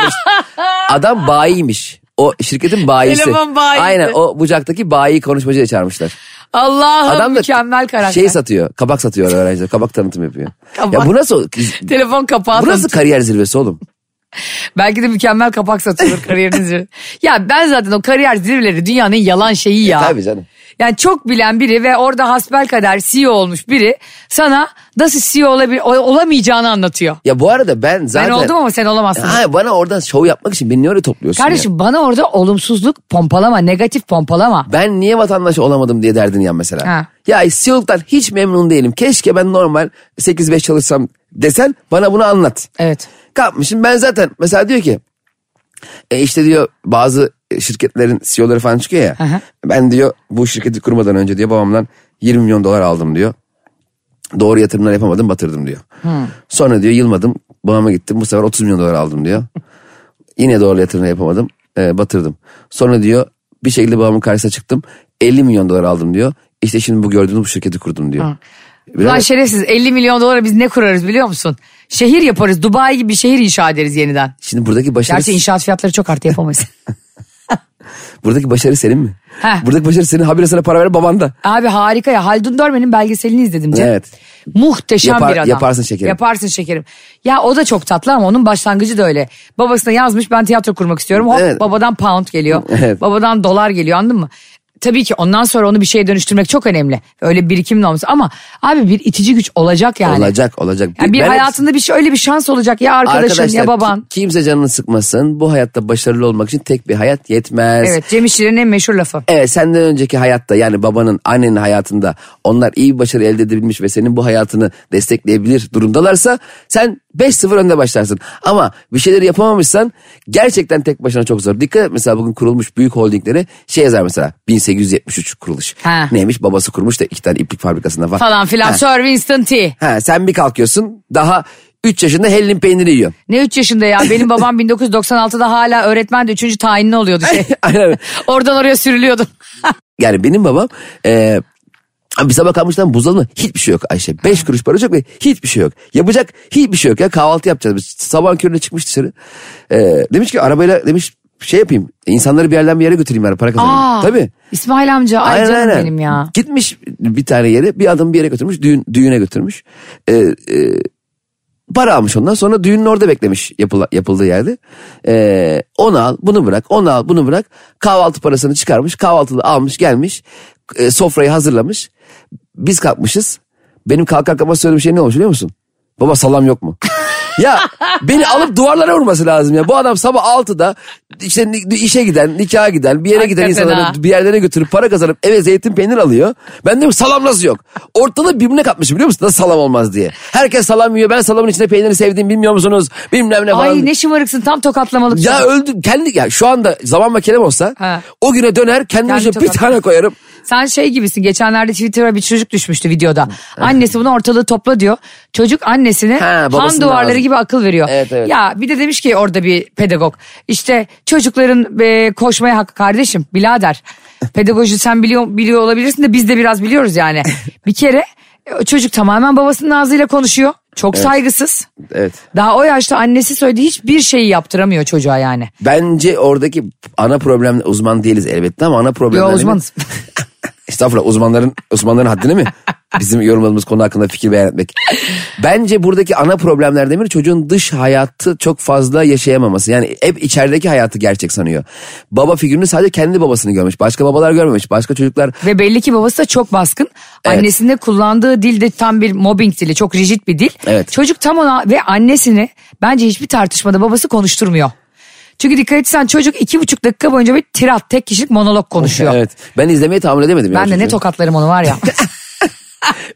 S3: adam bayiymiş. O şirketin bayisi.
S2: Eleman bayisi.
S3: Aynen o bucaktaki bayi konuşmacıya çağırmışlar.
S2: Allah'ım
S3: Adam da
S2: mükemmel karakter.
S3: şey satıyor kabak satıyor öğrenciler kabak tanıtım yapıyor.
S2: Kabak.
S3: Ya bu nasıl
S2: Telefon kapağı
S3: bu nasıl
S2: satıyor.
S3: kariyer zirvesi oğlum?
S2: Belki de mükemmel kapak satılır kariyerin zirve. Ya ben zaten o kariyer zirveleri dünyanın yalan şeyi ya.
S3: E, tabii canım.
S2: Yani çok bilen biri ve orada hasbelkader CEO E olmuş biri sana nasıl CEO olabil- ol- olamayacağını anlatıyor.
S3: Ya bu arada ben zaten...
S2: Ben oldum ama sen olamazsın.
S3: Ha, bana oradan şov yapmak için beni niye öyle topluyorsun ya?
S2: Kardeşim bana orada olumsuzluk pompalama, negatif pompalama.
S3: Ben niye vatandaş olamadım diye derdin ya mesela.
S2: Ha.
S3: Ya CEO'luktan hiç memnun değilim. Keşke ben normal 8-5 çalışsam desen bana bunu anlat.
S2: Evet.
S3: Kalkmışım ben zaten mesela diyor ki e işte diyor bazı şirketlerin CEO'ları falan çıkıyor ya.
S2: Hı hı.
S3: Ben diyor bu şirketi kurmadan önce diyor babamdan 20 milyon dolar aldım diyor. Doğru yatırımlar yapamadım batırdım diyor. Sonra diyor yılmadım babama gittim bu sefer 30 milyon dolar aldım diyor. Yine doğru yatırımlar yapamadım e, batırdım. Sonra diyor bir şekilde babamın karşısına çıktım 50 milyon dolar aldım diyor. İşte şimdi bu gördüğünüz bu şirketi kurdum diyor. Bilemez-
S2: Ulan şerefsiz 50 milyon dolara biz ne kurarız biliyor musun? Şehir yaparız. Dubai gibi bir şehir inşa ederiz yeniden.
S3: Şimdi buradaki başarı,
S2: Gerçi inşaat fiyatları çok arttı yapamayız.
S3: buradaki başarı senin mi?
S2: Heh.
S3: Buradaki başarı senin habire sana para veren baban da.
S2: Abi harika ya. Haldun Dörmen'in belgeselini izledim Cem.
S3: Evet.
S2: Muhteşem
S3: Yapar-
S2: bir adam.
S3: yaparsın şekerim.
S2: Yaparsın şekerim. Ya o da çok tatlı ama onun başlangıcı da öyle. Babasına yazmış ben tiyatro kurmak istiyorum. Hop
S3: Evet.
S2: babadan pound geliyor.
S3: Evet.
S2: Babadan dolar geliyor anladın mı? Tabii ki ondan sonra onu bir şeye dönüştürmek çok önemli. Öyle bir birikimle olması ama abi bir itici güç olacak yani.
S3: Olacak olacak.
S2: Yani bir
S3: Ben-
S2: hayatında bir şey öyle bir şans olacak ya arkadaşın
S3: Arkadaşlar,
S2: ya baban.
S3: ki- kimse canını sıkmasın. Bu hayatta başarılı olmak için tek bir hayat yetmez.
S2: Evet Cem İşçilerin en meşhur lafı.
S3: Evet, senden önceki hayatta yani babanın annenin hayatında onlar iyi bir başarı elde edebilmiş ve senin bu hayatını destekleyebilir durumdalarsa sen 5-0 önde başlarsın. Ama bir şeyleri yapamamışsan gerçekten tek başına çok zor. Dikkat et mesela bugün kurulmuş büyük holdingleri şey yazar mesela 1873 kuruluş.
S2: Ha.
S3: Neymiş babası kurmuş da iki tane iplik fabrikasında var.
S2: Falan filan.
S3: Ha.
S2: Sir Winston T.
S3: Ha, sen bir kalkıyorsun daha 3 yaşında hellim peyniri yiyor.
S2: Ne 3 yaşında ya benim babam 1996'da hala öğretmen de 3. tayinli oluyordu şey.
S3: Aynen.
S2: Oradan oraya sürülüyordum.
S3: Yani benim babam e, bir sabah kalmıştan buzdolabında hiçbir şey yok Ayşe. Beş kuruş para yok ve hiçbir şey yok. Yapacak hiçbir şey yok ya kahvaltı yapacağız biz. Sabah körüne çıkmış dışarı. E, demiş ki arabayla demiş şey yapayım. İnsanları bir yerden bir yere götüreyim yani para kazanayım.
S2: Aa,
S3: Tabii.
S2: İsmail amca ay canım benim ya.
S3: Gitmiş bir tane yere bir adam bir yere götürmüş düğün, düğüne götürmüş. E, e, para almış ondan sonra düğünün orada beklemiş yapıla, yapıldığı yerde. E, onu al bunu bırak onu al bunu bırak kahvaltı parasını çıkarmış kahvaltıyı almış gelmiş e, sofrayı hazırlamış. Biz kalkmışız benim kalkar kalkmaz söylediğim şey ne olmuş biliyor musun? Baba salam yok mu? ya beni alıp duvarlara vurması lazım ya. Bu adam sabah 6'da işte ni- işe giden, nikaha giden, bir yere giden
S2: Hakikaten
S3: insanları
S2: ha.
S3: bir yerlere götürüp para kazanıp eve zeytin peynir alıyor. Ben diyorum salam nasıl yok? Ortalığı birbirine katmış biliyor musun? Nasıl salam olmaz diye. Herkes salam yiyor. Ben salamın içinde peyniri sevdiğimi bilmiyor musunuz? Bilmem ne falan.
S2: Ay ne şımarıksın tam tokatlamalık.
S3: Ya
S2: çocuk.
S3: öldüm kendi ya şu anda zaman makinem olsa
S2: Ha.
S3: o güne döner kendime
S2: Kendi
S3: şöyle bir
S2: tokat-
S3: tane koyarım.
S2: Sen şey gibisin geçenlerde Twitter'a bir çocuk düşmüştü videoda. Annesi bunu ortalığı topla diyor. Çocuk annesine
S3: Ha,
S2: han
S3: babasının
S2: duvarları
S3: ağzı.
S2: gibi akıl veriyor.
S3: Evet, evet.
S2: Ya bir de demiş ki orada bir pedagog. İşte çocukların e, koşmaya hakkı kardeşim birader. Pedagoji sen biliyor, biliyor olabilirsin de biz de biraz biliyoruz yani. bir kere e, çocuk tamamen babasının ağzıyla konuşuyor. Çok saygısız.
S3: Evet.
S2: Daha o yaşta annesi söylediği hiçbir şeyi yaptıramıyor çocuğa yani.
S3: Bence oradaki ana problem uzman değiliz elbette ama ana problem.
S2: Yo, uzmanız.
S3: Estağfurullah uzmanların uzmanların haddini mi? Bizim yorumladığımız konu hakkında fikir beyan etmek. Bence buradaki ana problemler demir çocuğun dış hayatı çok fazla yaşayamaması. Yani hep içerideki hayatı gerçek sanıyor. Baba figürünü sadece kendi babasını görmüş. Başka babalar görmemiş. Başka çocuklar
S2: Ve belli ki babası da çok baskın.
S3: Evet.
S2: Annesinde kullandığı dil de tam bir mobbing dili. Çok rigid bir dil.
S3: Evet.
S2: Çocuk tam ona ve annesini bence hiçbir tartışmada babası konuşturmuyor. Çünkü dikkat etsen çocuk iki buçuk dakika boyunca bir tirat tek kişilik monolog konuşuyor.
S3: Evet. Ben izlemeyi tahammül edemedim. ya
S2: Ben de ne
S3: çocuğu.
S2: tokatlarım onu var ya.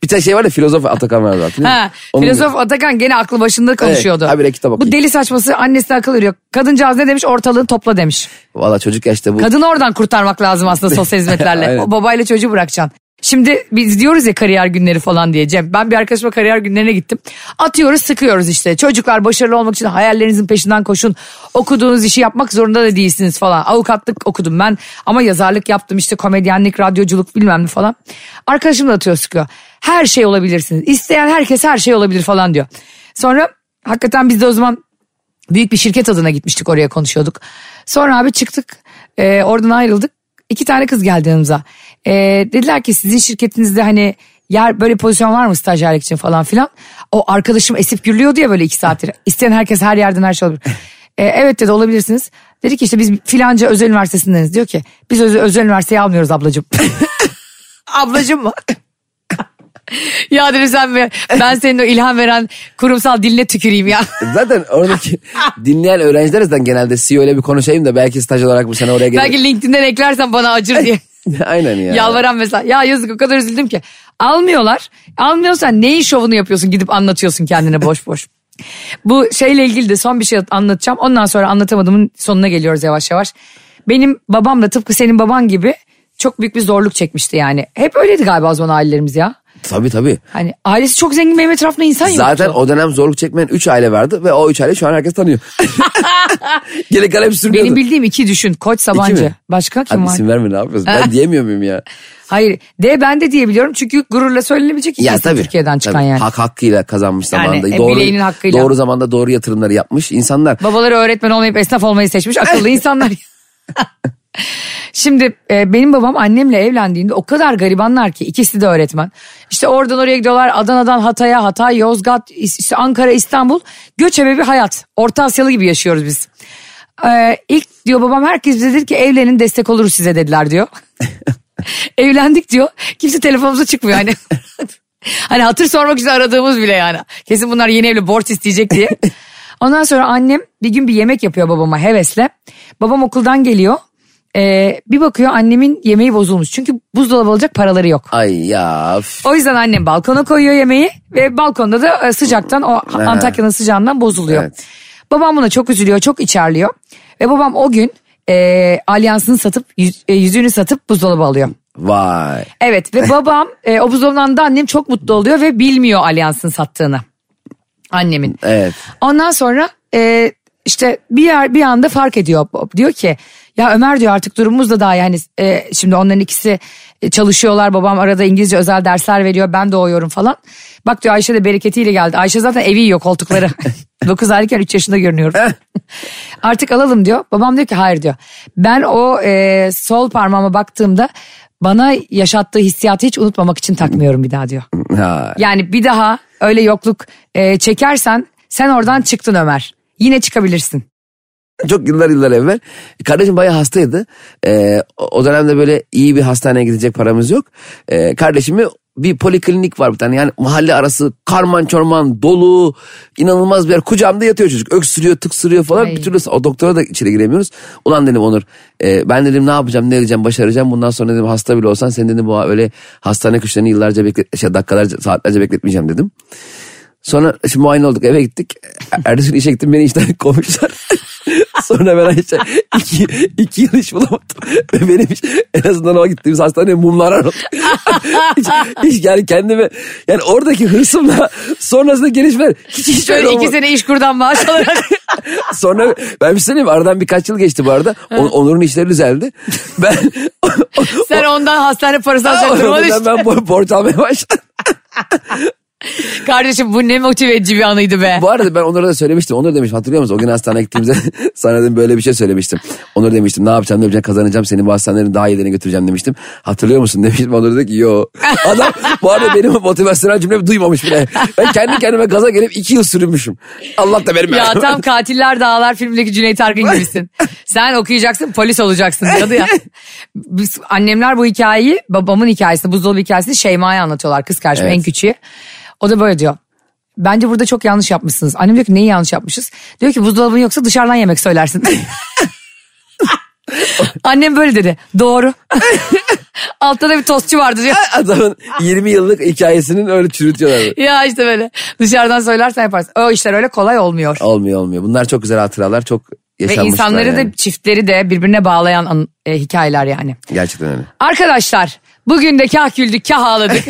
S3: Bir tane şey var ya filozof Atakan var zaten.
S2: ha, filozof Atakan gene aklı başında konuşuyordu.
S3: habire kitap
S2: Bu
S3: okuyor.
S2: deli saçması annesine akıl veriyor. Kadıncağız ne demiş ortalığı topla demiş.
S3: Valla çocuk yaşta bu.
S2: Kadını oradan kurtarmak lazım aslında sosyal hizmetlerle.
S3: Evet.
S2: O babayla çocuğu bırakacaksın. Şimdi biz diyoruz ya kariyer günleri falan diye Cem. Ben bir arkadaşıma kariyer günlerine gittim. Atıyoruz sıkıyoruz işte. Çocuklar başarılı olmak için hayallerinizin peşinden koşun. Okuduğunuz işi yapmak zorunda da değilsiniz falan. Avukatlık okudum ben ama yazarlık yaptım işte komedyenlik, radyoculuk bilmem ne falan. Arkadaşım da atıyor sıkıyor. Her şey olabilirsiniz. İsteyen herkes her şey olabilir falan diyor. Sonra hakikaten biz de o zaman Büyük bir şirket adına gitmiştik oraya konuşuyorduk. Sonra abi çıktık e, oradan ayrıldık. İki tane kız geldi yanımıza. E, dediler ki sizin şirketinizde hani yer böyle pozisyon var mı stajyerlik için falan filan. O arkadaşım esip gürlüyordu ya böyle iki saattir. İsteyen herkes her yerden her şey olabilir. E, evet dedi olabilirsiniz. Dedi ki işte biz filanca özel üniversitesindeniz. Diyor ki biz özel, özel üniversiteyi almıyoruz ablacığım. ablacığım mı? ya dedim sen be, ben senin o ilham veren kurumsal diline tüküreyim ya.
S3: Zaten oradaki dinleyen öğrenciler zaten genelde CEO ile bir konuşayım da belki staj olarak bu sene oraya gelir.
S2: Belki LinkedIn'den eklersen bana acır diye.
S3: Aynen ya.
S2: Yalvaran mesela. Ya yazık o kadar üzüldüm ki. Almıyorlar. Almıyorsan neyin şovunu yapıyorsun gidip anlatıyorsun kendine boş boş. Bu şeyle ilgili de son bir şey anlatacağım. Ondan sonra anlatamadığımın sonuna geliyoruz yavaş yavaş. Benim babam da tıpkı senin baban gibi çok büyük bir zorluk çekmişti yani. Hep öyleydi galiba o zaman ailelerimiz ya.
S3: Tabii tabii.
S2: Hani ailesi çok zengin benim etrafımda insan yoktu.
S3: Zaten o dönem zorluk çekmeyen 3 aile vardı ve o 3 aile şu an herkes tanıyor. Gelin kalem sürmüyordu.
S2: Benim bildiğim iki düşün. Koç Sabancı. Başka kim
S3: Abi
S2: var?
S3: isim verme ne yapıyorsun? Ben diyemiyor muyum ya?
S2: Hayır. De ben de diyebiliyorum. Çünkü gururla söylenebilecek
S3: Ya
S2: ikisi
S3: tabii.
S2: Türkiye'den çıkan
S3: Tabii.
S2: yani.
S3: Hak hakkıyla kazanmış
S2: Yani,
S3: zamanda.
S2: e,
S3: doğru,
S2: bileğinin hakkıyla.
S3: Doğru zamanda doğru yatırımları yapmış insanlar.
S2: Babaları öğretmen olmayıp esnaf olmayı seçmiş akıllı insanlar. Şimdi e, benim babam annemle evlendiğinde o kadar garibanlar ki ikisi de öğretmen. İşte oradan oraya gidiyorlar Adana'dan Hatay'a, Hatay, Yozgat, is- işte Ankara, İstanbul. Göçebe bir hayat. Orta Asyalı gibi yaşıyoruz biz. E, ilk diyor babam herkes bize dedi ki evlenin destek oluruz size dediler diyor. Evlendik diyor. Kimse telefonumuza çıkmıyor hani. hani hatır sormak için aradığımız bile yani. Kesin bunlar yeni evli borç isteyecek diye. Ondan sonra annem bir gün bir yemek yapıyor babama hevesle. Babam okuldan geliyor. Ee, bir bakıyor annemin yemeği bozulmuş. Çünkü buzdolabı alacak paraları yok.
S3: Ay ya. üf.
S2: O yüzden annem balkona koyuyor yemeği ve balkonda da e, sıcaktan o Antakya'nın sıcağından bozuluyor.
S3: Evet.
S2: Babam buna çok üzülüyor, çok içerliyor. Ve babam o gün e, alyansını satıp, yüz- e, yüzüğünü satıp buzdolabı alıyor.
S3: Vay.
S2: Evet ve babam e, o buzdolabından da annem çok mutlu oluyor ve bilmiyor alyansın sattığını. Annemin.
S3: Evet.
S2: Ondan sonra e, işte bir yer bir anda fark ediyor. Bob. Diyor ki ya Ömer diyor artık durumumuz da daha yani e, şimdi onların ikisi e, çalışıyorlar. Babam arada İngilizce özel dersler veriyor. Ben doğuyorum falan. Bak diyor Ayşe de bereketiyle geldi. Ayşe zaten evi yiyor koltukları. 9 aylıkken 3 yaşında görünüyorum. artık alalım diyor. Babam diyor ki hayır diyor. Ben o e, sol parmağıma baktığımda bana yaşattığı hissiyatı hiç unutmamak için takmıyorum bir daha diyor.
S3: Ha.
S2: Yani bir daha öyle yokluk e, çekersen sen oradan çıktın Ömer. Yine çıkabilirsin.
S3: Çok yıllar yıllar evvel. Kardeşim bayağı hastaydı. Ee, o- o dönemde böyle iyi bir hastaneye gidecek paramız yok. Ee, kardeşimi bir poliklinik var bir tane. Yani mahalle arası karman çorman dolu inanılmaz bir yer. Kucağımda yatıyor çocuk. Öksürüyor tıksırıyor falan.
S2: Ay.
S3: Bir türlü o doktora da içeri giremiyoruz. Ulan dedim Onur e, ben dedim ne yapacağım ne edeceğim başaracağım. Bundan sonra dedim hasta bile olsan sen dedim bu öyle hastane köşelerini yıllarca beklet şey, dakikalarca saatlerce bekletmeyeceğim dedim. Sonra şimdi muayene olduk eve gittik. Ertesi gün işe gittim beni işten kovmuşlar. Sonra ben hani işte iki, iki yıl iş bulamadım. Ve benim iş, en azından o gittiğimiz hastaneye mumlar aradım. hiç, hiç yani kendime yani oradaki hırsımla sonrasında gelişmeler hiç hiç öyle
S2: Şöyle iki
S3: olmadı.
S2: sene iş kurdan maaş alarak.
S3: Sonra ben bir şey söyleyeyim mi? aradan birkaç yıl geçti bu arada. O- Onur'un işleri düzeldi. Ben
S2: Sen ondan hastane parası alacaksın. duruma
S3: Onur'dan
S2: düştün.
S3: ben bor- borç almaya başladım.
S2: Kardeşim bu ne motive edici bir anıydı be.
S3: Bu arada ben Onur'a da söylemiştim. Onur demiş hatırlıyor musun? O gün hastaneye gittiğimizde sana dedim böyle bir şey söylemiştim. Onur demiştim ne yapacağım ne yapacağım kazanacağım seni bu hastanelerin daha iyilerine götüreceğim demiştim. Hatırlıyor musun demiştim. Onur dedi ki yo. Adam bu arada benim motivasyonel cümlemi duymamış bile. Ben kendi kendime gaza gelip iki yıl sürünmüşüm. Allah da benim.
S2: Ya tam Katiller Dağlar filmindeki Cüneyt Arkın gibisin. Sen okuyacaksın polis olacaksın diyordu ya. Biz, annemler bu hikayeyi babamın hikayesini buzdolabı hikayesini Şeyma'ya anlatıyorlar kız kardeşim
S3: Evet.
S2: en küçüğü. O da böyle diyor. Bence burada çok yanlış yapmışsınız. Annem diyor ki neyi yanlış yapmışız? Diyor ki buzdolabın yoksa dışarıdan yemek söylersin. Annem böyle dedi. Doğru. Altta da bir tostçu vardı diyor.
S3: Adamın 20 yıllık hikayesinin öyle çürütüyorlar.
S2: Ya işte böyle dışarıdan söylersen yaparsın. O işler öyle kolay olmuyor.
S3: Olmuyor olmuyor. Bunlar çok güzel hatıralar. Çok
S2: Ve
S3: yaşanmışlar
S2: insanları
S3: yani.
S2: da çiftleri de birbirine bağlayan an- e, hikayeler yani.
S3: Gerçekten öyle.
S2: Arkadaşlar bugün de kah güldük kah ağladık.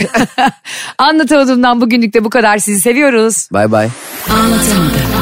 S2: Anlatamadığımdan bugünlük de bu kadar sizi seviyoruz.
S3: Bay bay.
S4: Anlatamadım.